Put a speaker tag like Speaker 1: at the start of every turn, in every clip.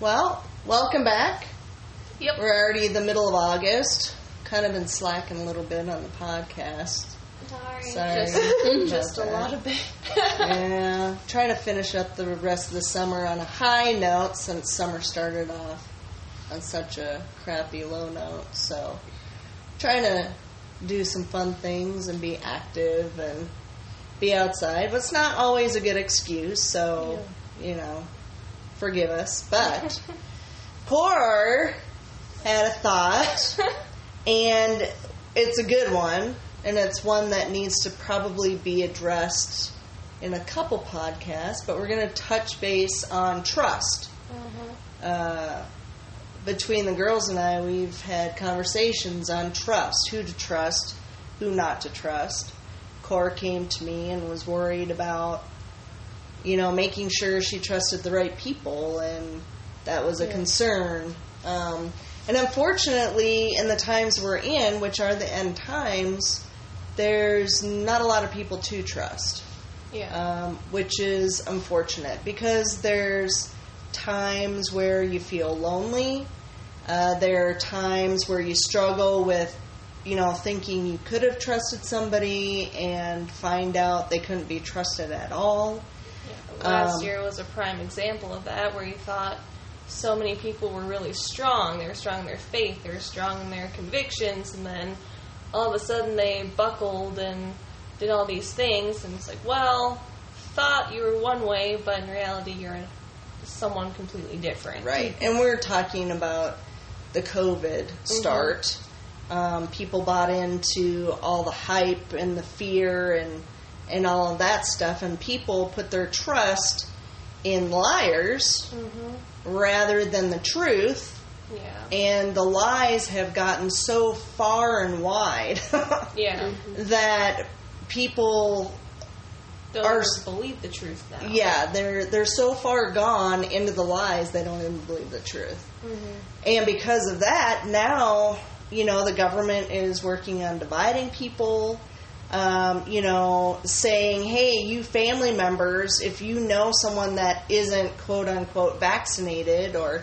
Speaker 1: Well, welcome back.
Speaker 2: Yep.
Speaker 1: We're already in the middle of August. Kind of been slacking a little bit on the podcast.
Speaker 2: Sorry.
Speaker 1: Sorry.
Speaker 2: Just,
Speaker 1: about
Speaker 2: just a
Speaker 1: that.
Speaker 2: lot of it.
Speaker 1: yeah, trying to finish up the rest of the summer on a high note since summer started off on such a crappy low note. So, trying to do some fun things and be active and be outside, but it's not always a good excuse. So, you know, forgive us. But poor had a thought and it's a good one, and it's one that needs to probably be addressed in a couple podcasts. But we're going to touch base on trust.
Speaker 2: Uh-huh.
Speaker 1: Uh, between the girls and I, we've had conversations on trust, who to trust, who not to trust. Cora came to me and was worried about, you know, making sure she trusted the right people, and that was a concern. Um, and unfortunately, in the times we're in, which are the end times, there's not a lot of people to trust
Speaker 2: Yeah.
Speaker 1: um, which is unfortunate because there's times where you feel lonely. Uh, there are times where you struggle with, you know, thinking you could have trusted somebody and find out they couldn't be trusted at all.
Speaker 2: Yeah. Last
Speaker 1: um,
Speaker 2: year was a prime example of that, where you thought so many people were really strong. They were strong in their faith. They were strong in their convictions, and then all of a sudden they buckled and did all these things, and it's like, well, thought you were one way, but in reality you're someone completely different.
Speaker 1: Right. And we're talking about the COVID start. Um, people bought into all the hype and the fear and and all of that stuff, and people put their trust in liars rather than the truth.
Speaker 2: Yeah.
Speaker 1: And the lies have gotten so far and wide
Speaker 2: yeah.
Speaker 1: that people
Speaker 2: Don't
Speaker 1: Our-
Speaker 2: even believe the truth now.
Speaker 1: Yeah, they're they're so far gone into the lies they don't even believe the truth. And because of that, now you know the government is working on dividing people. Um, you know, saying, "Hey, you family members, if you know someone that isn't quote unquote vaccinated or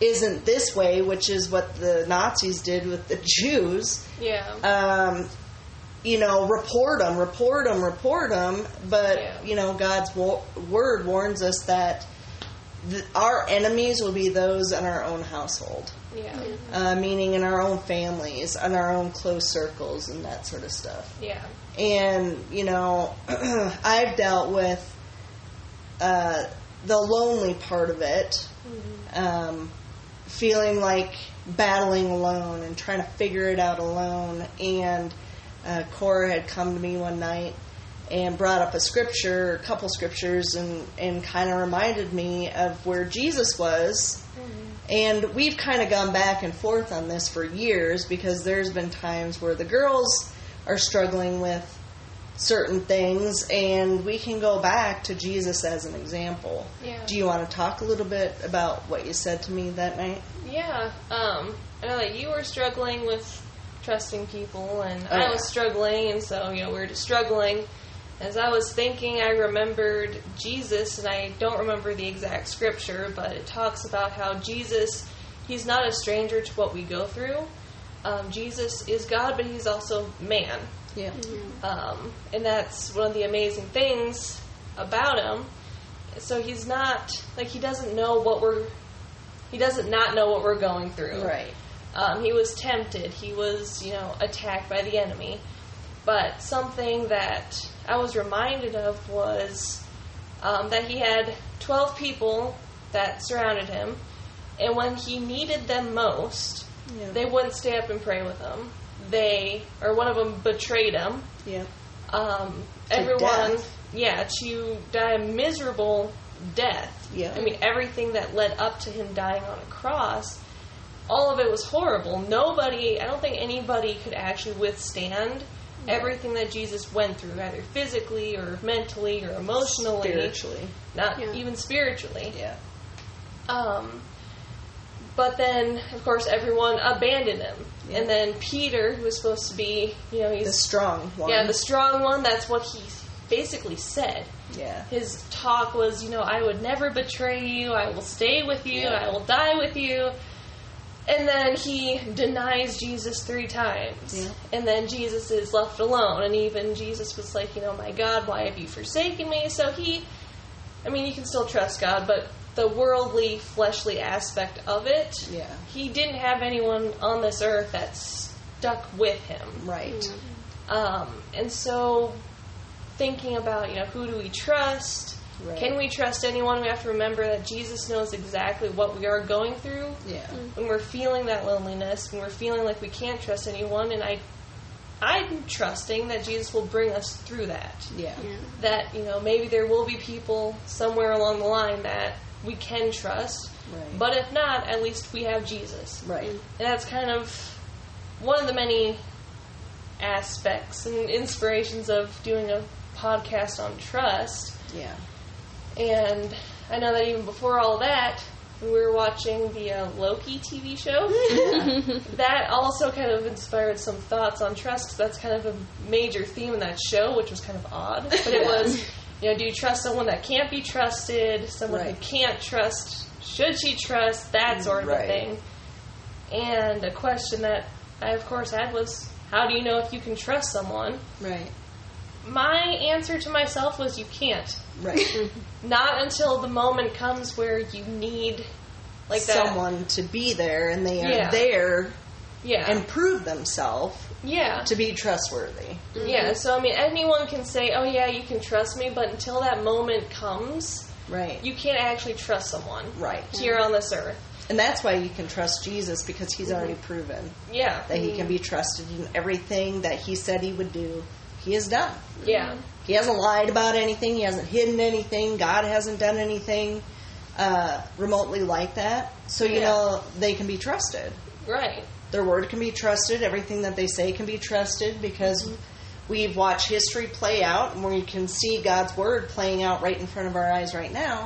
Speaker 1: isn't this way, which is what the Nazis did with the Jews."
Speaker 2: Yeah. Uh,
Speaker 1: um, you know, report them, report them, report them. But
Speaker 2: Yeah.
Speaker 1: you know, God's wo- word warns us that th- our enemies will be those in our own household,
Speaker 2: yeah.
Speaker 1: uh, meaning in our own families, in our own close circles, and that sort of stuff
Speaker 2: Yeah.
Speaker 1: and you know i've dealt with uh, the lonely part of it um, feeling like battling alone and trying to figure it out alone and uh, cora had come to me one night and brought up a scripture a couple scriptures and, and kind of reminded me of where jesus was and we've kind of gone back and forth on this for years because there's been times where the girls are struggling with certain things, and we can go back to Jesus as an example.
Speaker 2: Yeah.
Speaker 1: Do you want to talk a little bit about what you said to me that night?
Speaker 2: Yeah. Um, I know that you were struggling with trusting people, and
Speaker 1: Oh,
Speaker 2: I
Speaker 1: yeah.
Speaker 2: was struggling, and so, you know, we were just struggling. As I was thinking, I remembered Jesus, and I don't remember the exact scripture, but it talks about how Jesus, he's not a stranger to what we go through. Um, Jesus is God, but he's also man.
Speaker 1: Yeah.
Speaker 2: Um, and that's one of the amazing things about him. So he's not, like, he doesn't know what we're, he doesn't not know what we're going through.
Speaker 1: Right.
Speaker 2: Um, he was tempted. He was, you know, attacked by the enemy. But something that I was reminded of was um, that he had 12 people that surrounded him, and when he needed them most,
Speaker 1: Yeah.
Speaker 2: they wouldn't stay up and pray with him. They, or one of them betrayed him.
Speaker 1: Yeah.
Speaker 2: Um,
Speaker 1: To
Speaker 2: everyone,
Speaker 1: death.
Speaker 2: yeah, to die a miserable death.
Speaker 1: Yeah.
Speaker 2: I mean, everything that led up to him dying on a cross, all of it was horrible. Nobody, I don't think anybody could actually withstand everything that Jesus went through, either physically or mentally or emotionally,
Speaker 1: Spiritually.
Speaker 2: not
Speaker 3: Yeah.
Speaker 2: even spiritually.
Speaker 1: Yeah.
Speaker 2: Um, but then, of course, everyone abandoned him. And then Peter, who was supposed to be, you know, he's
Speaker 1: the strong one.
Speaker 2: yeah the strong one. That's what he basically said.
Speaker 1: yeah.
Speaker 2: His talk was, you know, I would never betray you. I will stay with you.
Speaker 1: Yeah.
Speaker 2: I will die with you. And then he denies Jesus three times.
Speaker 1: Yeah.
Speaker 2: And then Jesus is left alone. And even Jesus was like, you know, my God, why have you forsaken me? So he, I mean, you can still trust God, but the worldly, fleshly aspect of it,
Speaker 1: Yeah.
Speaker 2: he didn't have anyone on this earth that stuck with him.
Speaker 1: Right.
Speaker 2: Um, and so, thinking about you know who do we trust?
Speaker 1: Right.
Speaker 2: Can we trust anyone? We have to remember that Jesus knows exactly what we are going through
Speaker 1: Yeah.
Speaker 2: when we're feeling that loneliness, when we're feeling like we can't trust anyone. And I, I'm trusting that Jesus will bring us through that.
Speaker 1: Yeah.
Speaker 3: Yeah.
Speaker 2: That you know maybe there will be people somewhere along the line that we can trust,
Speaker 1: Right.
Speaker 2: but if not, at least we have Jesus.
Speaker 1: Right.
Speaker 2: And that's kind of one of the many aspects and inspirations of doing a podcast on trust.
Speaker 1: Yeah.
Speaker 2: And I know that even before all that, we were watching the uh, Loki TV show. that also kind of inspired some thoughts on trust. 'cause that's kind of a major theme in that show, which was kind of odd. But it was, you know, do you trust someone that can't be trusted? Someone who
Speaker 1: Right.
Speaker 2: can't trust? Should she trust? That sort of a
Speaker 1: Right.
Speaker 2: thing. And a question that I, of course, had was, how do you know if you can trust someone?
Speaker 1: Right.
Speaker 2: My answer to myself was, you can't
Speaker 1: Right.
Speaker 2: not until the moment comes where you need like that
Speaker 1: someone to be there, and they are
Speaker 2: Yeah.
Speaker 1: there
Speaker 2: yeah
Speaker 1: and prove themselves
Speaker 2: yeah
Speaker 1: to be trustworthy.
Speaker 2: yeah so i mean anyone can say oh yeah you can trust me but until that moment comes
Speaker 1: Right.
Speaker 2: you can't actually trust someone
Speaker 1: right.
Speaker 2: here on this earth
Speaker 1: And that's why you can trust Jesus because he's
Speaker 2: Mm-hmm.
Speaker 1: already proven
Speaker 2: yeah
Speaker 1: that he can
Speaker 2: Mm-hmm.
Speaker 1: be trusted in everything that he said he would do. He has done.
Speaker 2: yeah
Speaker 1: He hasn't lied about anything. He hasn't hidden anything. God hasn't done anything uh, remotely like that. So you
Speaker 2: Yeah.
Speaker 1: know they can be trusted.
Speaker 2: right
Speaker 1: Their word can be trusted. Everything that they say can be trusted because we've watched history play out, and we can see God's word playing out right in front of our eyes right now.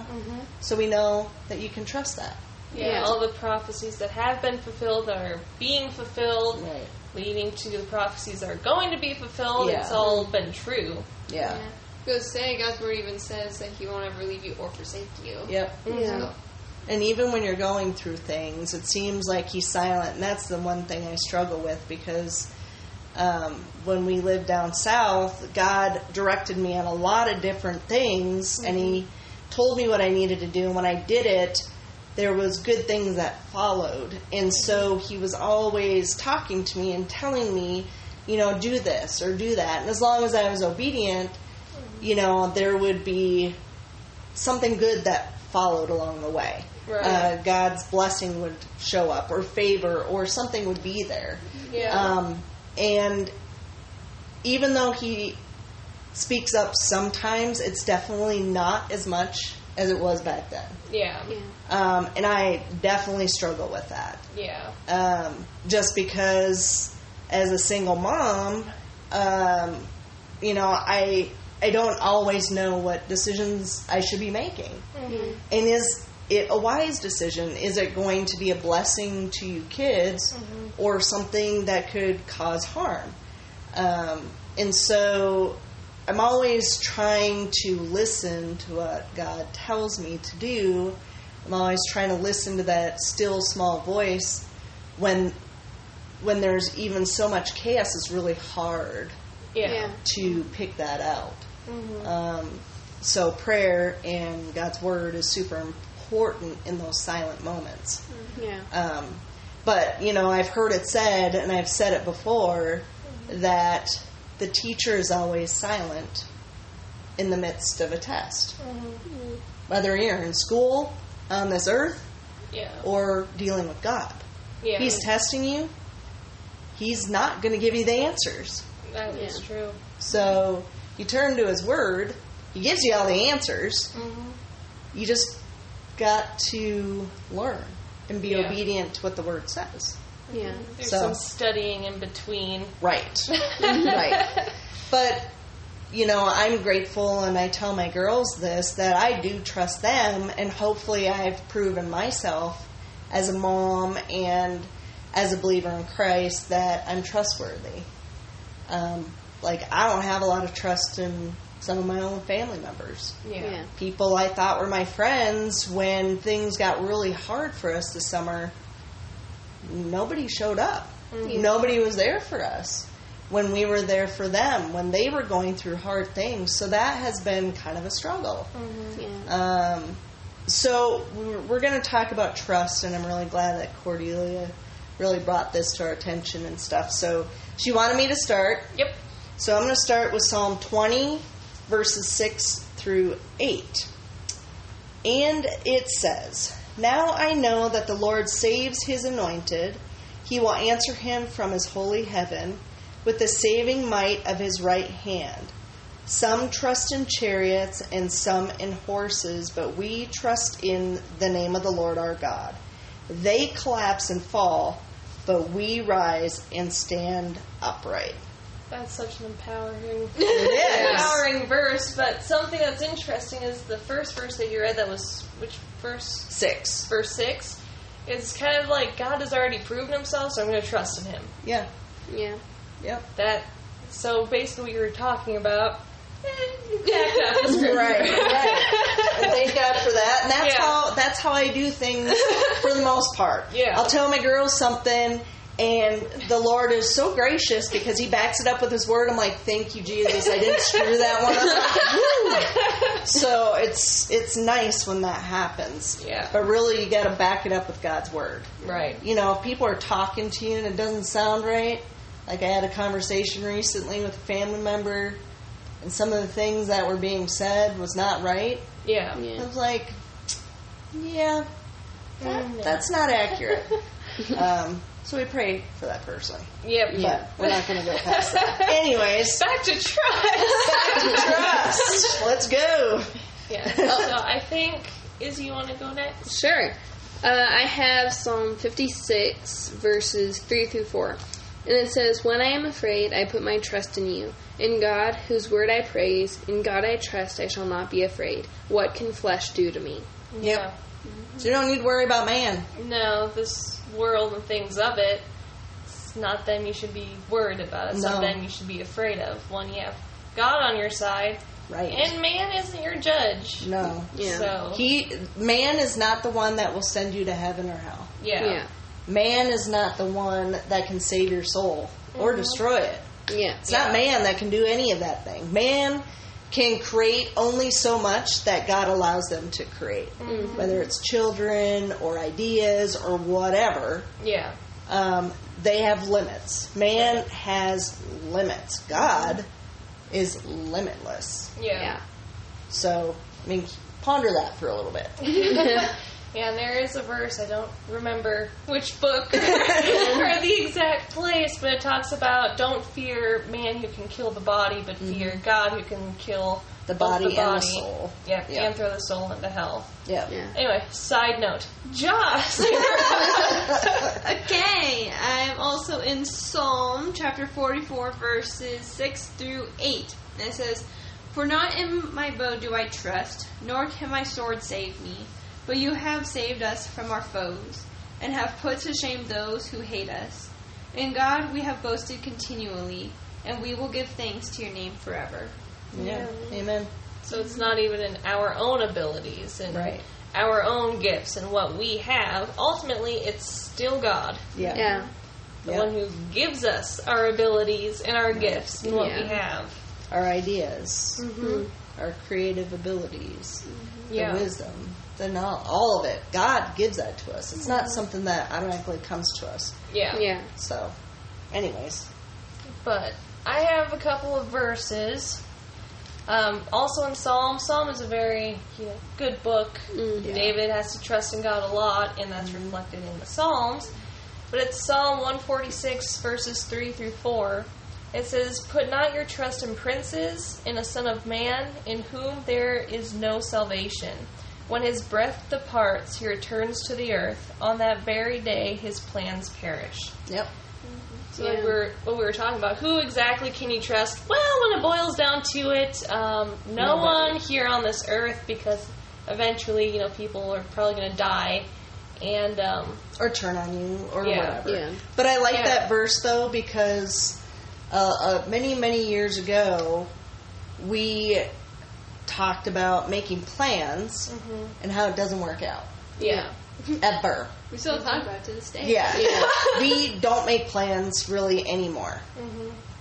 Speaker 1: So we know that you can trust that.
Speaker 2: yeah,
Speaker 3: Yeah.
Speaker 2: all the prophecies that have been fulfilled are being fulfilled
Speaker 1: Right.
Speaker 2: leading to the prophecies that are going to be fulfilled
Speaker 1: Yeah.
Speaker 2: it's all been true
Speaker 1: Yeah.
Speaker 3: Yeah. Because saying God's word even says that He won't ever leave you or forsake you.
Speaker 1: Yep.
Speaker 3: Yeah.
Speaker 1: And even when you're going through things, it seems like he's silent. And that's the one thing I struggle with because um, when we lived down south, God directed me on a lot of different things and he told me what I needed to do. And when I did it, there was good things that followed. And so he was always talking to me and telling me, you know, do this or do that. And as long as I was obedient, you know, there would be something good that followed along the way.
Speaker 2: Right.
Speaker 1: Uh, God's blessing would show up, or favor, or something would be there.
Speaker 2: yeah
Speaker 1: Um, and even though he speaks up sometimes, it's definitely not as much as it was back then.
Speaker 2: yeah
Speaker 3: Yeah.
Speaker 1: Um, and I definitely struggle with that
Speaker 2: yeah
Speaker 1: um, just because as a single mom, um, you know, I I don't always know what decisions I should be making, and is it a wise decision? Is it going to be a blessing to you kids, or something that could cause harm? Um, and so. I'm always trying to listen to what God tells me to do. I'm always trying to listen to that still small voice when when there's even so much chaos it's really hard
Speaker 2: yeah,
Speaker 3: Yeah.
Speaker 1: to pick that out um, so prayer and god's word is super important in those silent moments
Speaker 3: Yeah.
Speaker 1: um, but you know i've heard it said and i've said it before that the teacher is always silent in the midst of a test
Speaker 2: Mm-hmm.
Speaker 1: whether you're in school on this earth
Speaker 2: yeah.
Speaker 1: or dealing with god
Speaker 2: Yeah,
Speaker 1: He's testing you. He's not going to give you the answers.
Speaker 2: that is
Speaker 3: Yeah.
Speaker 2: true.
Speaker 1: So you turn to His Word. He gives you all the answers. You just got to learn and be
Speaker 2: Yeah.
Speaker 1: obedient to what the Word says.
Speaker 3: Yeah.
Speaker 2: There's
Speaker 1: So-
Speaker 2: some studying in between.
Speaker 1: Right. right. But, you know, I'm grateful and I tell my girls this that I do trust them and hopefully I've proven myself as a mom and as a believer in Christ that I'm trustworthy. Um, like I don't have a lot of trust in some of my own family members.
Speaker 2: Yeah.
Speaker 4: Yeah.
Speaker 1: People I thought were my friends when things got really hard for us this summer, nobody showed up. Nobody was there for us when we were there for them when they were going through hard things. So that has been kind of a struggle.
Speaker 4: Yeah.
Speaker 1: Um, so we're, we're going to talk about trust, and I'm really glad that Cordelia really brought this to our attention and stuff. So she wanted me to start.
Speaker 2: Yep.
Speaker 1: So I'm going to start with Psalm 20, verses 6 through 8. And it says, Now I know that the Lord saves his anointed. He will answer him from his holy heaven with the saving might of his right hand. Some trust in chariots and some in horses, but we trust in the name of the Lord our God. They collapse and fall, but we rise and stand upright.
Speaker 2: That's such an empowering,
Speaker 1: It is.
Speaker 2: empowering verse. But something that's interesting is the first verse that you read. That was which verse?
Speaker 1: Six.
Speaker 2: Verse six. It's kind of like God has already proven Himself, so I'm going to trust in Him.
Speaker 1: Yeah.
Speaker 4: Yeah.
Speaker 1: Yep.
Speaker 2: That. So basically, what you were talking about. eh, you backed up the script.
Speaker 1: Right. right. And thank God for that. And that's
Speaker 2: Yeah.
Speaker 1: how that's how I do things for the most part.
Speaker 2: Yeah.
Speaker 1: I'll tell my girls something and the Lord is so gracious because he backs it up with his word. I'm like, Thank you, Jesus, I didn't screw that one up. Woo. So it's it's nice when that happens.
Speaker 2: Yeah.
Speaker 1: But really you gotta back it up with God's word.
Speaker 2: Right.
Speaker 1: You know, if people are talking to you and it doesn't sound right, like I had a conversation recently with a family member, and some of the things that were being said was not right.
Speaker 2: Yeah.
Speaker 1: I
Speaker 4: Yeah.
Speaker 1: was like, yeah, that, that's not accurate. um, so we pray for that person.
Speaker 2: Yep.
Speaker 4: Yeah. We're not going to go past that.
Speaker 1: Anyways,
Speaker 2: Back to trust.
Speaker 1: trust. Let's go.
Speaker 2: yeah. So I think Izzy, you want to go next?
Speaker 4: Sure. Uh, I have Psalm 56, verses 3 through 4. And it says, When I am afraid, I put my trust in you. In God, whose word I praise, in God I trust, I shall not be afraid. What can flesh do to me?
Speaker 1: Yep. So you don't need to worry about man.
Speaker 2: No, this world and things of it, it's not them you should be worried about. It's not
Speaker 1: No.
Speaker 2: them you should be afraid of. When you have God on your side,
Speaker 1: Right.
Speaker 2: and man isn't your judge.
Speaker 1: no.
Speaker 4: Yeah.
Speaker 2: So,
Speaker 1: He man is not the one that will send you to heaven or hell.
Speaker 2: yeah.
Speaker 4: Yeah.
Speaker 1: Man is not the one that can save your soul or destroy it.
Speaker 4: Yeah.
Speaker 1: It's not man that can do any of that thing. Man can create only so much that God allows them to create, whether it's children or ideas or whatever.
Speaker 2: Yeah.
Speaker 1: Um, they have limits. Man has limits. God is limitless.
Speaker 2: Yeah.
Speaker 4: Yeah.
Speaker 2: Yeah.
Speaker 1: So, I mean, ponder that for a little bit.
Speaker 2: and there is a verse, I don't remember which book or the exact place, but it talks about don't fear man who can kill the body, but fear God who can kill
Speaker 1: Mm-hmm. The
Speaker 2: both
Speaker 1: body and the soul.
Speaker 2: Yeah,
Speaker 1: Yeah.
Speaker 2: and throw the soul into hell.
Speaker 1: Yeah.
Speaker 4: Yeah.
Speaker 2: Anyway, side note. Joss!
Speaker 3: Okay, I am also in Psalm chapter 44, verses 6 through 8. And it says, For not in my bow do I trust, nor can my sword save me, but you have saved us from our foes, and have put to shame those who hate us. In God we have boasted continually, and we will give thanks to your name forever.
Speaker 1: yeah. Amen.
Speaker 2: So it's not even in our own abilities and
Speaker 1: Right.
Speaker 2: our own gifts and what we have. Ultimately, it's still God,
Speaker 1: Yeah.
Speaker 4: Yeah.
Speaker 2: the
Speaker 1: Yeah.
Speaker 2: one who gives us our abilities and our gifts and what we
Speaker 4: Yeah.
Speaker 2: have.
Speaker 1: Our ideas,
Speaker 4: Mm-hmm.
Speaker 1: our creative abilities. the wisdom, the knowledge, all of it. God gives that to us. It's not something that automatically comes to us.
Speaker 2: yeah,
Speaker 4: Yeah.
Speaker 1: So, anyways,
Speaker 2: But I have a couple of verses. Um, also in Psalm, Psalm is a very you know, good book.
Speaker 1: Yeah.
Speaker 2: David has to trust in God a lot, and that's reflected in the Psalms. But it's Psalm 146, verses 3 through 4. It says, Put not your trust in princes, in a son of man, in whom there is no salvation. When his breath departs, he returns to the earth. On that very day, his plans perish.
Speaker 1: yep.
Speaker 2: So like
Speaker 4: Yeah.
Speaker 2: we were, what we were talking about, who exactly can you trust? Well, when it boils down to it, um, no one here on this earth, because eventually, you know, people are probably going to die, and um,
Speaker 1: or turn on you or
Speaker 2: Yeah.
Speaker 1: whatever.
Speaker 4: Yeah.
Speaker 1: But I like
Speaker 2: Yeah.
Speaker 1: that verse though because uh, uh, many many years ago we talked about making plans and how it doesn't work out
Speaker 2: yeah.
Speaker 1: ever.
Speaker 3: We still talk about it to this day.
Speaker 1: Yeah.
Speaker 4: Yeah.
Speaker 1: we don't make plans really anymore.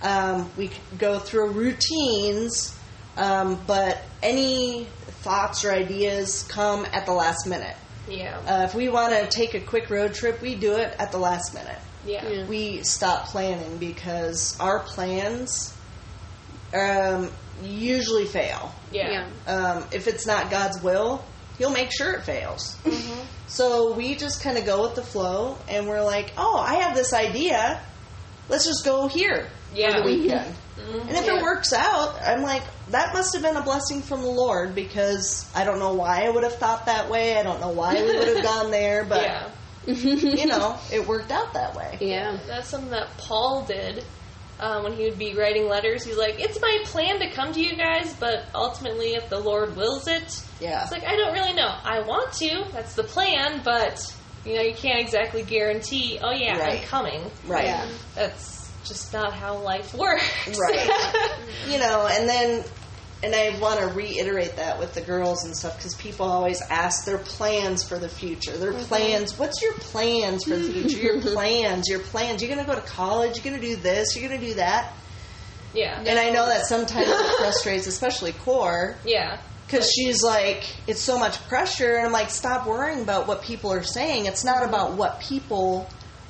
Speaker 1: Um, we c- go through routines, um, but any thoughts or ideas come at the last minute.
Speaker 2: Yeah.
Speaker 1: Uh, if we want to take a quick road trip, we do it at the last minute.
Speaker 2: yeah.
Speaker 4: Yeah.
Speaker 1: We stop planning because our plans um, usually fail.
Speaker 2: Yeah.
Speaker 4: Yeah.
Speaker 1: Um, if it's not God's will, He'll make sure it fails.
Speaker 2: Mm-hmm.
Speaker 1: So we just kind of go with the flow, and we're like, "Oh, I have this idea. Let's just go here for
Speaker 2: Yeah. Mm-hmm.
Speaker 1: the weekend." And if
Speaker 2: Yeah.
Speaker 1: it works out, I'm like, "That must have been a blessing from the Lord," because I don't know why I would have thought that way. I don't know why we would have gone there, but
Speaker 2: yeah.
Speaker 1: you know, it worked out that way.
Speaker 4: Yeah.
Speaker 2: That's something that Paul did uh, when he would be writing letters. He's like, "It's my plan to come to you guys, but ultimately, if the Lord wills it,
Speaker 1: Yeah.
Speaker 2: It's like I don't really know. I want to. That's the plan, but you know, you can't exactly guarantee. Oh yeah,
Speaker 1: Right.
Speaker 2: I'm coming.
Speaker 1: Right.
Speaker 4: Yeah.
Speaker 2: That's just not how life works.
Speaker 1: Right. you know, and then, and I want to reiterate that with the girls and stuff because people always ask their plans for the future. Their plans. What's your plans for the future? Your plans. Your plans. You're going to go to college. You're going to do this. You're going to do that.
Speaker 2: yeah.
Speaker 1: And I know that sometimes it frustrates, especially Core,
Speaker 2: Yeah.
Speaker 1: because she's like, it's so much pressure. And I'm like, stop worrying about what people are saying. It's not about what people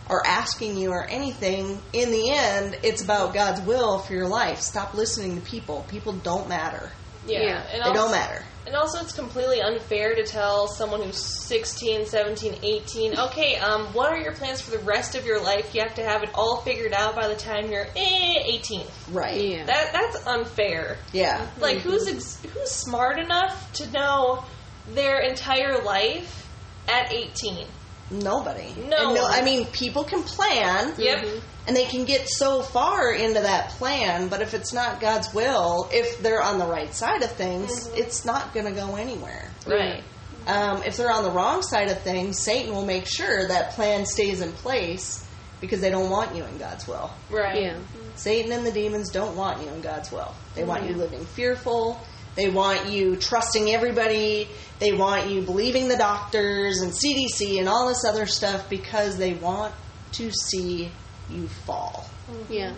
Speaker 1: are asking you or anything. In the end, it's about God's will for your life. Stop listening to people. People don't matter.
Speaker 2: Yeah.
Speaker 4: Yeah.
Speaker 2: And
Speaker 1: They
Speaker 2: also,
Speaker 1: don't matter.
Speaker 2: And also, it's completely unfair to tell someone who's 16, 17, 18, okay, um, what are your plans for the rest of your life? You have to have it all figured out by the time you're eh, 18.
Speaker 1: Right.
Speaker 4: Yeah.
Speaker 2: That That's unfair.
Speaker 1: Yeah.
Speaker 2: Like, who's ex- who's smart enough to know their entire life at 18?
Speaker 1: Nobody.
Speaker 2: No
Speaker 1: And no.
Speaker 2: one.
Speaker 1: I mean, people can plan.
Speaker 2: Yep.
Speaker 3: Mm-hmm.
Speaker 1: And they can get so far into that plan, but if it's not God's will, if they're on the right side of things, it's not going to go anywhere.
Speaker 2: Right.
Speaker 1: Um, if they're on the wrong side of things, Satan will make sure that plan stays in place because they don't want you in God's will.
Speaker 2: Right.
Speaker 4: Yeah.
Speaker 1: Satan and the demons don't want you in God's will. They want you living fearful. They want you trusting everybody. They want you believing the doctors and CDC and all this other stuff because they want to see you fall.
Speaker 3: Mm-hmm.
Speaker 4: Yeah.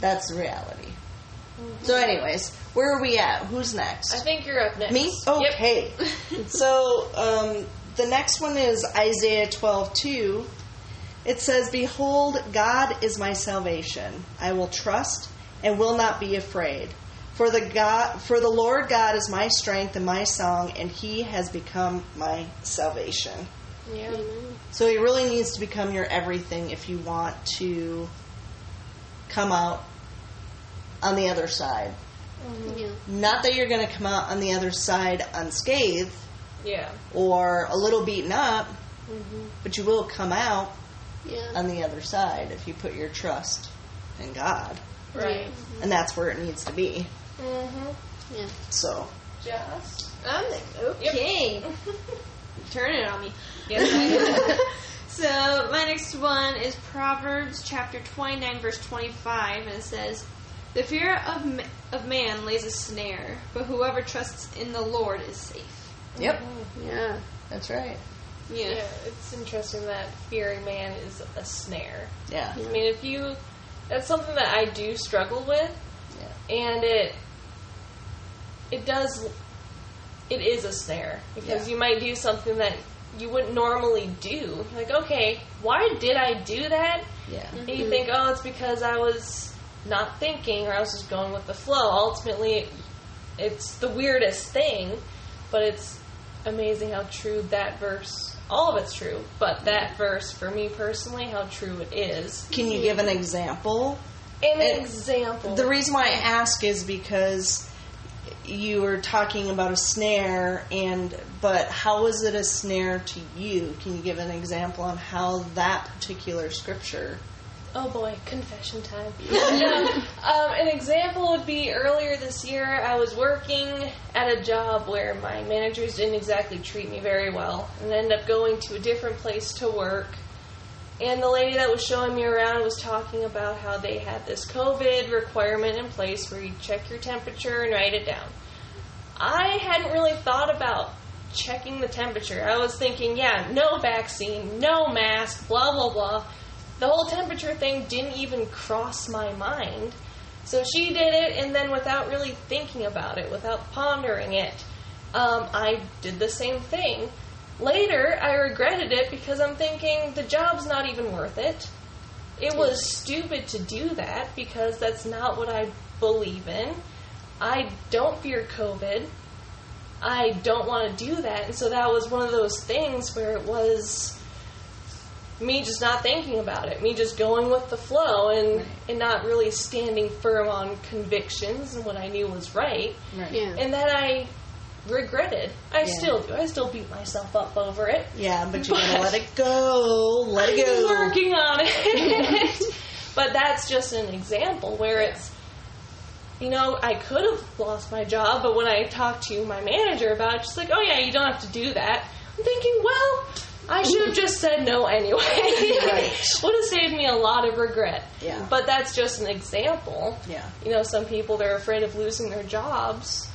Speaker 1: That's the reality. So, anyways, where are we at? Who's next?
Speaker 2: I think you're up next.
Speaker 1: Me? Oh,
Speaker 2: Yep.
Speaker 1: Okay. so um, the next one is Isaiah twelve two. It says, Behold, God is my salvation. I will trust and will not be afraid. For the God for the Lord God is my strength and my song, and he has become my salvation.
Speaker 2: Yeah.
Speaker 1: So he really needs to become your everything if you want to come out on the other side.
Speaker 3: Mm-hmm.
Speaker 4: Yeah.
Speaker 1: Not that you're going to come out on the other side unscathed,
Speaker 2: Yeah.
Speaker 1: or a little beaten up, but you will come out
Speaker 4: Yeah.
Speaker 1: on the other side if you put your trust in God.
Speaker 2: Right.
Speaker 1: And that's where it needs to be.
Speaker 4: Yeah.
Speaker 1: So,
Speaker 2: Mm-hmm. Just.
Speaker 3: I'm like, okay. Turn it on me.
Speaker 2: Yes, I am.
Speaker 3: So my next one is Proverbs chapter 29 verse 25 and it says the fear of, ma- of man lays a snare but whoever trusts in the Lord is safe.
Speaker 1: yep,
Speaker 4: Yeah.
Speaker 1: that's right.
Speaker 3: Yeah.
Speaker 2: Yeah, it's interesting that fearing man is a snare.
Speaker 1: Yeah,
Speaker 2: I mean, if you, that's something that I do struggle with,
Speaker 1: yeah,
Speaker 2: and it, it does, it is a snare because
Speaker 1: Yeah.
Speaker 2: you might do something that you wouldn't normally do. Like, okay, why did I do that?
Speaker 1: yeah,
Speaker 2: And you think, oh, it's because I was not thinking or I was just going with the flow. Ultimately, it, it's the weirdest thing, but it's amazing how true that verse, all of it's true, but that verse, for me personally, how true it is.
Speaker 1: Can you give an example?
Speaker 2: An
Speaker 1: It-
Speaker 2: example.
Speaker 1: The reason why I ask is because you were talking about a snare and but how is it a snare to you can you give an example on how that particular scripture
Speaker 2: Oh boy, confession time. no, um, an example would be earlier this year, I was working at a job where my managers didn't exactly treat me very well, and I ended up going to a different place to work. And the lady that was showing me around was talking about how they had this COVID requirement in place where you check your temperature and write it down. I hadn't really thought about checking the temperature. I was thinking, yeah, no vaccine, no mask, blah, blah, blah. The whole temperature thing didn't even cross my mind. So she did it, and then without really thinking about it, without pondering it, um, I did the same thing. Later, I regretted it because I'm thinking the job's not even worth it. It was stupid to do that because that's not what I believe in. I don't fear COVID. I don't want to do that. And so that was one of those things where it was me just not thinking about it, me just going with the flow and, and not really standing firm on convictions and what I knew was right.
Speaker 1: Right.
Speaker 4: Yeah.
Speaker 2: And that I regretted. I
Speaker 1: Yeah.
Speaker 2: still do. I still beat myself up over it.
Speaker 1: Yeah, but you gotta let it go. Let it
Speaker 2: I'm
Speaker 1: go.
Speaker 2: working on it. but that's just an example where it's, you know, I could have lost my job, but when I talked to my manager about it, she's like, oh yeah, you don't have to do that. I'm thinking, well, I should have just said no anyway. Would have saved me a lot of regret.
Speaker 1: Yeah.
Speaker 2: But that's just an example.
Speaker 1: Yeah.
Speaker 2: You know, some people, they're afraid of losing their jobs.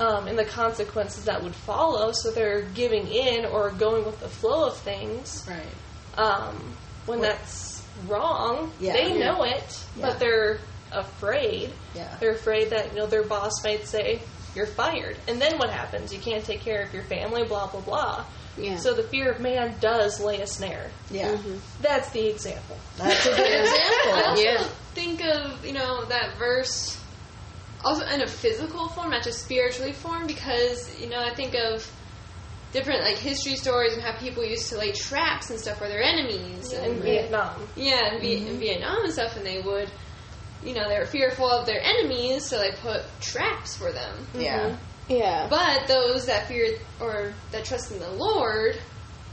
Speaker 2: Um, and the consequences that would follow, so they're giving in or going with the flow of things
Speaker 1: Right.
Speaker 2: um, when that's wrong.
Speaker 1: Yeah.
Speaker 2: They
Speaker 1: Yeah.
Speaker 2: know it,
Speaker 1: Yeah.
Speaker 2: but they're afraid.
Speaker 1: Yeah.
Speaker 2: They're afraid that you know their boss might say you're fired, and then what happens? You can't take care of your family, blah blah blah.
Speaker 4: Yeah.
Speaker 2: So the fear of man does lay a snare.
Speaker 1: Yeah.
Speaker 2: That's the example.
Speaker 1: That's a good example.
Speaker 4: Yeah.
Speaker 3: Think of, you know, that verse also in a physical form, not just spiritually form, because, you know, I think of different, like, history stories and how people used to lay traps and stuff for their enemies.
Speaker 2: In
Speaker 3: And,
Speaker 2: Vietnam,
Speaker 3: yeah, in, v- in Vietnam and stuff, and they would, you know, they were fearful of their enemies, so they put traps for them.
Speaker 1: Yeah.
Speaker 4: Yeah.
Speaker 3: But those that fear or that trust in the Lord,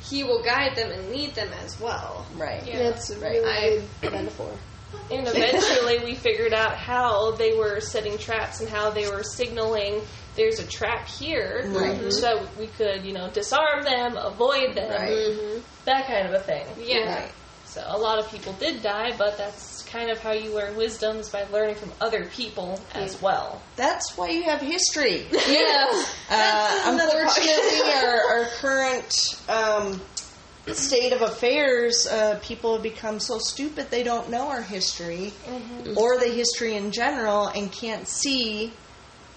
Speaker 3: He will guide them and lead them as well.
Speaker 1: Right.
Speaker 3: Yeah.
Speaker 4: That's a
Speaker 1: Right.
Speaker 4: really
Speaker 3: I-
Speaker 4: good metaphor.
Speaker 2: and eventually we figured out how they were setting traps and how they were signaling there's a trap here,
Speaker 1: Right.
Speaker 2: so that we could you know disarm them, avoid them,
Speaker 1: Right.
Speaker 2: that kind of a thing.
Speaker 3: Yeah.
Speaker 1: Right.
Speaker 2: So a lot of people did die, but that's kind of how you learn wisdom is by learning from other people as well.
Speaker 1: That's why you have history.
Speaker 4: Yeah.
Speaker 1: Uh, unfortunately, our, our current um, state of affairs, uh, people have become so stupid they don't know our history or the history in general and can't see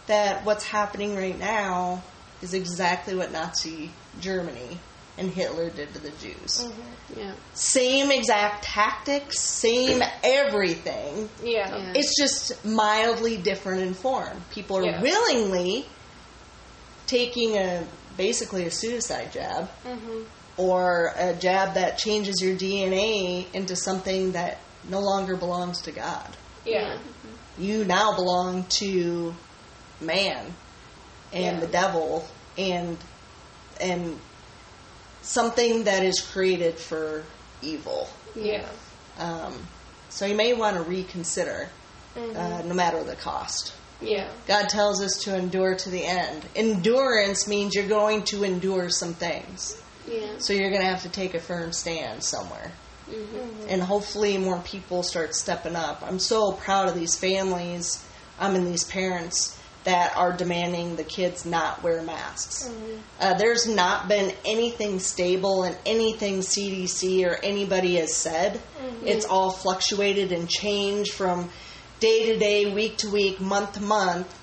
Speaker 1: that what's happening right now is exactly what Nazi Germany and Hitler did to the Jews.
Speaker 4: yeah.
Speaker 1: Same exact tactics, same everything.
Speaker 2: Yeah.
Speaker 4: Yeah.
Speaker 1: It's just mildly different in form. People are
Speaker 2: Yeah.
Speaker 1: willingly taking a basically a suicide jab
Speaker 2: Mm-hmm.
Speaker 1: or a jab that changes your DNA into something that no longer belongs to God.
Speaker 2: Yeah.
Speaker 1: You now belong to man and
Speaker 2: Yeah.
Speaker 1: the devil and and something that is created for evil.
Speaker 2: Yeah.
Speaker 1: Um, so you may want to reconsider, uh, no matter the cost.
Speaker 2: Yeah.
Speaker 1: God tells us to endure to the end. Endurance means you're going to endure some things.
Speaker 4: Yeah.
Speaker 1: So you're going to have to take a firm stand somewhere. And hopefully, more people start stepping up. I'm so proud of these families, I mean, these parents that are demanding the kids not wear masks. Uh, there's not been anything stable and anything CDC or anybody has said. It's all fluctuated and changed from day to day, week to week, month to month.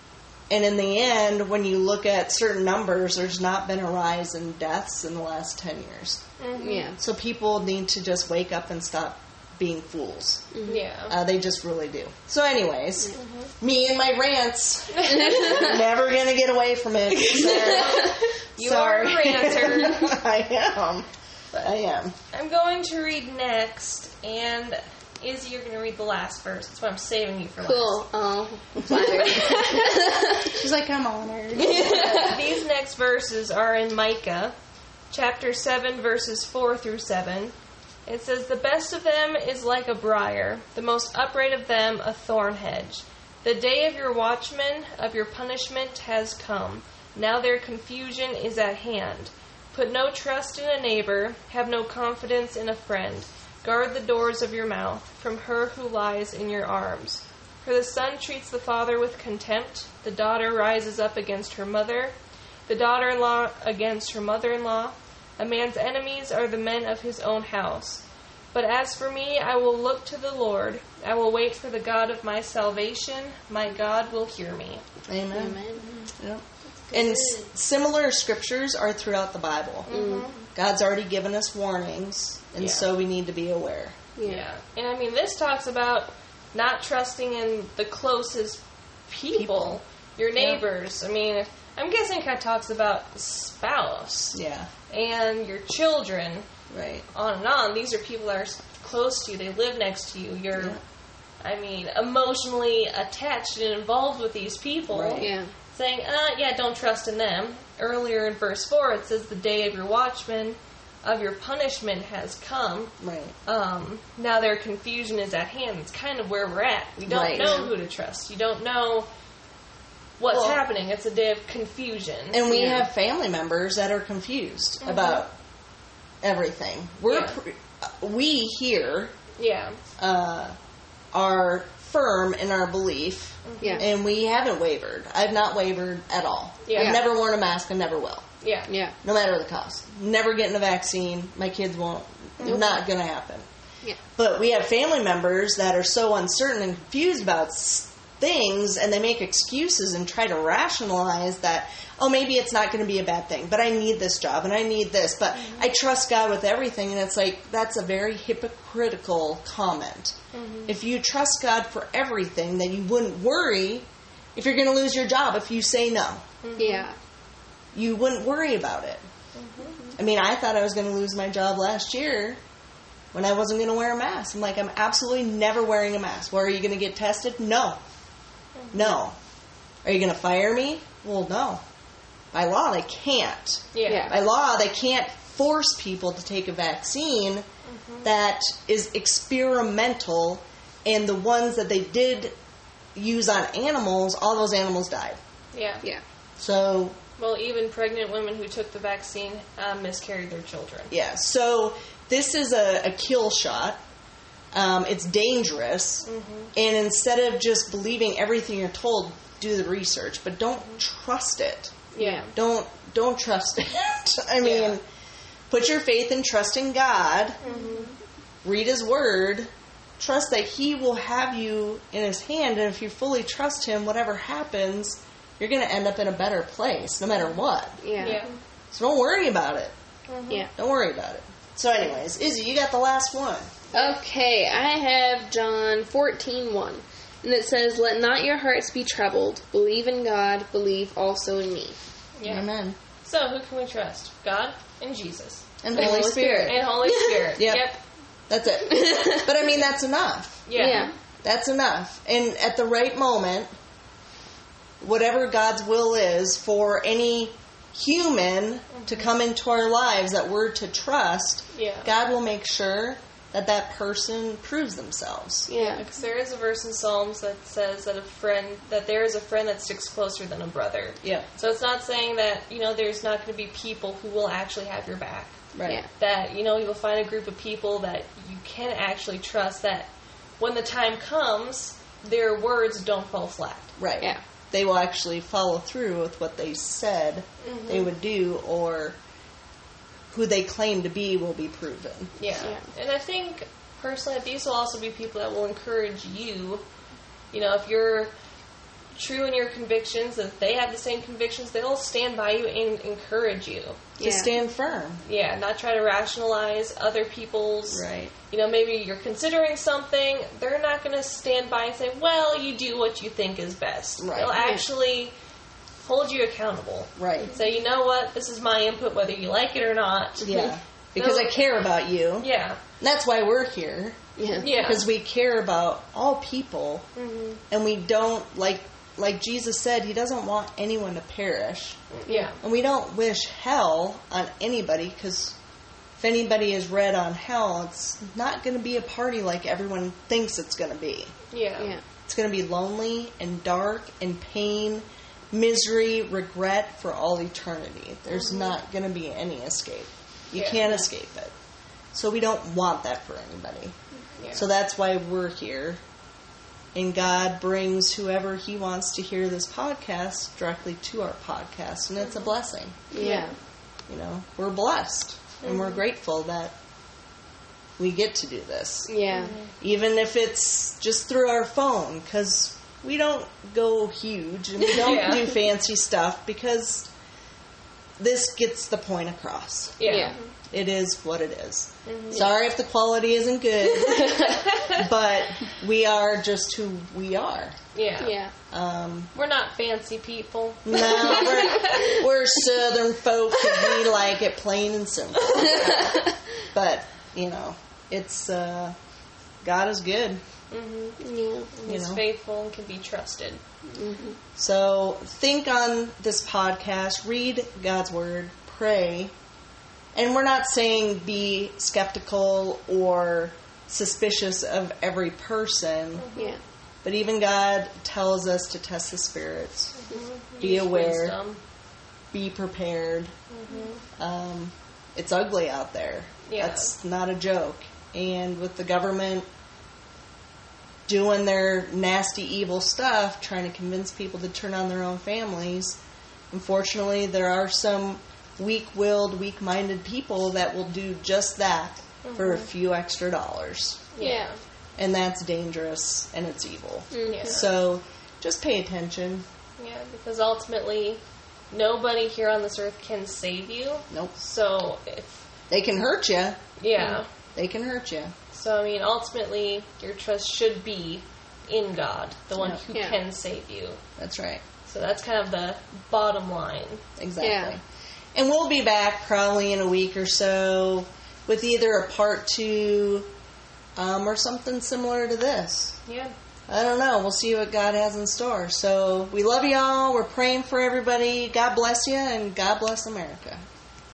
Speaker 1: And in the end, when you look at certain numbers, there's not been a rise in deaths in the last 10 years.
Speaker 4: Yeah.
Speaker 1: So people need to just wake up and stop being fools.
Speaker 2: Yeah.
Speaker 1: Uh, they just really do. So, anyways,
Speaker 2: Mm-hmm.
Speaker 1: me and my rants. Never going to get away from it. Sarah.
Speaker 2: You
Speaker 1: Sorry.
Speaker 2: are a ranter.
Speaker 1: I am. I am.
Speaker 2: I'm going to read next, and Izzy, you're going to read the last verse. That's why I'm saving you for last.
Speaker 4: Cool. Oh, flattered.
Speaker 1: She's like, I'm honored.
Speaker 2: These next verses are in Micah, chapter 7, verses 4 through 7, It says, The best of them is like a briar, the most upright of them a thorn hedge. The day of your watchmen, of your punishment, has come. Now their confusion is at hand. Put no trust in a neighbor, have no confidence in a friend. Guard the doors of your mouth from her who lies in your arms. For the son treats the father with contempt, the daughter rises up against her mother, the daughter in law against her mother in law. A man's enemies are the men of his own house. But as for me, I will look to the Lord. I will wait for the God of my salvation. My God will hear me.
Speaker 1: Amen.
Speaker 4: Amen.
Speaker 1: Yep. And s- similar scriptures are throughout the Bible. God's already given us warnings, and
Speaker 2: Mm-hmm. Yeah.
Speaker 1: so we need to be aware.
Speaker 4: Yeah.
Speaker 2: And I mean, this talks about not trusting in the closest people, your neighbors. I mean, I'm guessing it kind of talks about spouse
Speaker 1: Yeah,
Speaker 2: and your children,
Speaker 1: right.
Speaker 2: on and on. These are people that are s- close to you, they live next to you. You're,
Speaker 1: Yeah.
Speaker 2: I mean, emotionally attached and involved with these people.
Speaker 1: Right.
Speaker 4: Yeah.
Speaker 2: saying, uh, yeah, don't trust in them. Earlier in verse 4, it says, the day of your watchman, of your punishment has come.
Speaker 1: Right.
Speaker 2: Um, now their confusion is at hand. It's kind of where we're at. We don't
Speaker 1: Right.
Speaker 2: know who to trust. You don't know what's
Speaker 1: Well-
Speaker 2: happening. It's a day of confusion.
Speaker 1: And we
Speaker 4: Yeah.
Speaker 1: have family members that are confused about everything. We're
Speaker 2: Yeah.
Speaker 1: pre- uh, we here
Speaker 2: yeah.
Speaker 1: uh, are firm in our belief,
Speaker 4: Yeah.
Speaker 1: and we haven't wavered. I've not wavered at all.
Speaker 2: Yeah.
Speaker 1: I've never worn a mask and never will.
Speaker 2: Yeah.
Speaker 4: Yeah.
Speaker 1: no matter the cost. Never getting a vaccine. My kids won't. Not going to happen.
Speaker 4: Yeah.
Speaker 1: But we have family members that are so uncertain and confused about s- things, and they make excuses and try to rationalize that, oh, maybe it's not going to be a bad thing, but I need this job and I need this, but I trust God with everything. And it's like, that's a very hypocritical comment. If you trust God for everything, then you wouldn't worry if you're going to lose your job if you say no
Speaker 4: Yeah.
Speaker 1: you wouldn't worry about it. I mean, I thought I was going to lose my job last year when I wasn't going to wear a mask. I'm like, I'm absolutely never wearing a mask. Well, are you going to get tested? No. No. Are you going to fire me? Well, no. By law, they can't.
Speaker 2: Yeah.
Speaker 4: Yeah.
Speaker 1: By law, they can't force people to take a vaccine that is experimental, and the ones that they did use on animals, all those animals died.
Speaker 2: Yeah.
Speaker 4: Yeah.
Speaker 1: So
Speaker 2: Well, even pregnant women who took the vaccine uh, miscarried their children.
Speaker 1: Yeah. So this is a, a kill shot. Um, it's dangerous, and instead of just believing everything you're told, do the research, but don't trust it.
Speaker 2: Yeah.
Speaker 1: Don't don't trust it. I mean, put your faith and trust in God. Read His Word. Trust that He will have you in His hand, and if you fully trust Him, whatever happens, you're going to end up in a better place, no matter what.
Speaker 4: Yeah.
Speaker 2: Yeah.
Speaker 1: So don't worry about it.
Speaker 4: Yeah.
Speaker 1: Don't worry about it. So, anyways, Izzy, you got the last one.
Speaker 4: Okay, I have John 14 And it says, Let not your hearts be troubled. Believe in God, believe also in me.
Speaker 2: Yeah.
Speaker 1: Amen.
Speaker 2: So, who can we trust? God and Jesus.
Speaker 1: And Holy
Speaker 4: Holy
Speaker 1: Spirit.
Speaker 4: Spirit.
Speaker 2: And Holy Spirit.
Speaker 1: Yep. That's it. but I mean, that's enough.
Speaker 2: Yeah.
Speaker 4: Yeah.
Speaker 1: That's enough. And at the right moment, whatever God's will is for any human to come into our lives that we're to trust,
Speaker 2: Yeah.
Speaker 1: God will make sure that that person proves themselves.
Speaker 4: Yeah.
Speaker 2: Because there is a verse in Psalms that says that a friend that there is a friend that sticks closer than a brother.
Speaker 1: Yeah.
Speaker 2: So it's not saying that you know there's not going to be people who will actually have your back.
Speaker 1: Right.
Speaker 4: Yeah.
Speaker 2: That you know you'll find a group of people that you can actually trust. That when the time comes, their words don't fall flat.
Speaker 1: Right.
Speaker 4: Yeah.
Speaker 1: They will actually follow through with what they said
Speaker 4: Mm-hmm.
Speaker 1: they would do, or who they claim to be will be proven.
Speaker 2: Yeah.
Speaker 4: Yeah.
Speaker 2: And I think personally, these will also be people that will encourage you. You know, if you're true in your convictions, if they have the same convictions, they'll stand by you and encourage you.
Speaker 1: To
Speaker 4: Yeah.
Speaker 1: stand firm.
Speaker 2: Yeah, not try to rationalize other people's. You know, maybe you're considering something. They're not going to stand by and say, "Well, you do what you think is best."
Speaker 1: Right.
Speaker 2: They'll
Speaker 1: Yeah.
Speaker 2: actually hold you accountable.
Speaker 1: Right.
Speaker 2: Say, you know what? This is my input, whether you like it or not.
Speaker 1: Yeah. Because I care about you. And
Speaker 2: Yeah.
Speaker 1: that's why we're here.
Speaker 4: Yeah.
Speaker 2: Yeah.
Speaker 1: Because we care about all people.
Speaker 4: Mm-hmm.
Speaker 1: And we don't, like, like Jesus said, he doesn't want anyone to perish.
Speaker 2: Yeah.
Speaker 1: And we don't wish hell on anybody because if anybody is red on hell, it's not going to be a party like everyone thinks it's going to be.
Speaker 2: Yeah.
Speaker 4: Yeah.
Speaker 1: It's going to be lonely and dark and pain, misery, regret for all eternity. There's not going to be any escape. You
Speaker 2: Mm-hmm. Yeah.
Speaker 1: can't escape it. So we don't want that for anybody.
Speaker 2: Mm-hmm. Yeah.
Speaker 1: So that's why we're here. And God brings whoever He wants to hear this podcast directly to our podcast, and
Speaker 2: Mm-hmm.
Speaker 1: it's a blessing.
Speaker 4: Yeah.
Speaker 1: You know, we're blessed, and we're grateful that we get to do this
Speaker 4: Yeah.
Speaker 1: even if it's just through our phone, because we don't go huge and we don't
Speaker 2: Yeah.
Speaker 1: do fancy stuff because this gets the point across.
Speaker 2: yeah.
Speaker 4: Yeah.
Speaker 1: It is what it is. Sorry if the quality isn't good, but we are just who we are.
Speaker 2: Yeah.
Speaker 4: Yeah.
Speaker 1: Um,
Speaker 2: We're not fancy people.
Speaker 1: no, we're, we're Southern folk and we like it plain and simple. But, you know, it's, uh, God is good.
Speaker 4: Yeah.
Speaker 1: You
Speaker 2: He's
Speaker 1: know.
Speaker 2: faithful and can be trusted.
Speaker 1: So think on this podcast, read God's word, pray. And we're not saying be skeptical or suspicious of every person,
Speaker 4: Yeah.
Speaker 1: but even God tells us to test the spirits, Be
Speaker 2: Use
Speaker 1: aware.
Speaker 2: wisdom.
Speaker 1: be prepared. Um, it's ugly out there.
Speaker 2: Yeah.
Speaker 1: That's not a joke. And with the government doing their nasty, evil stuff, trying to convince people to turn on their own families, unfortunately, there are some weak willed, weak minded people that will do just that for a few extra dollars.
Speaker 2: Yeah.
Speaker 1: And that's dangerous and it's evil.
Speaker 2: Yeah.
Speaker 1: So just pay attention.
Speaker 2: Yeah, because ultimately, nobody here on this earth can save you.
Speaker 1: Nope.
Speaker 2: So if
Speaker 1: They can hurt you.
Speaker 2: yeah,
Speaker 1: They can hurt you.
Speaker 2: so I mean, ultimately, your trust should be in God, the one
Speaker 1: Yeah.
Speaker 2: who
Speaker 4: Yeah.
Speaker 2: can save you.
Speaker 1: That's right.
Speaker 2: So that's kind of the bottom line.
Speaker 1: Exactly.
Speaker 4: Yeah.
Speaker 1: And we'll be back probably in a week or so with either a part two um, or something similar to this.
Speaker 2: Yeah.
Speaker 1: I don't know. We'll see what God has in store. So we love y'all. We're praying for everybody. God bless you and God bless America.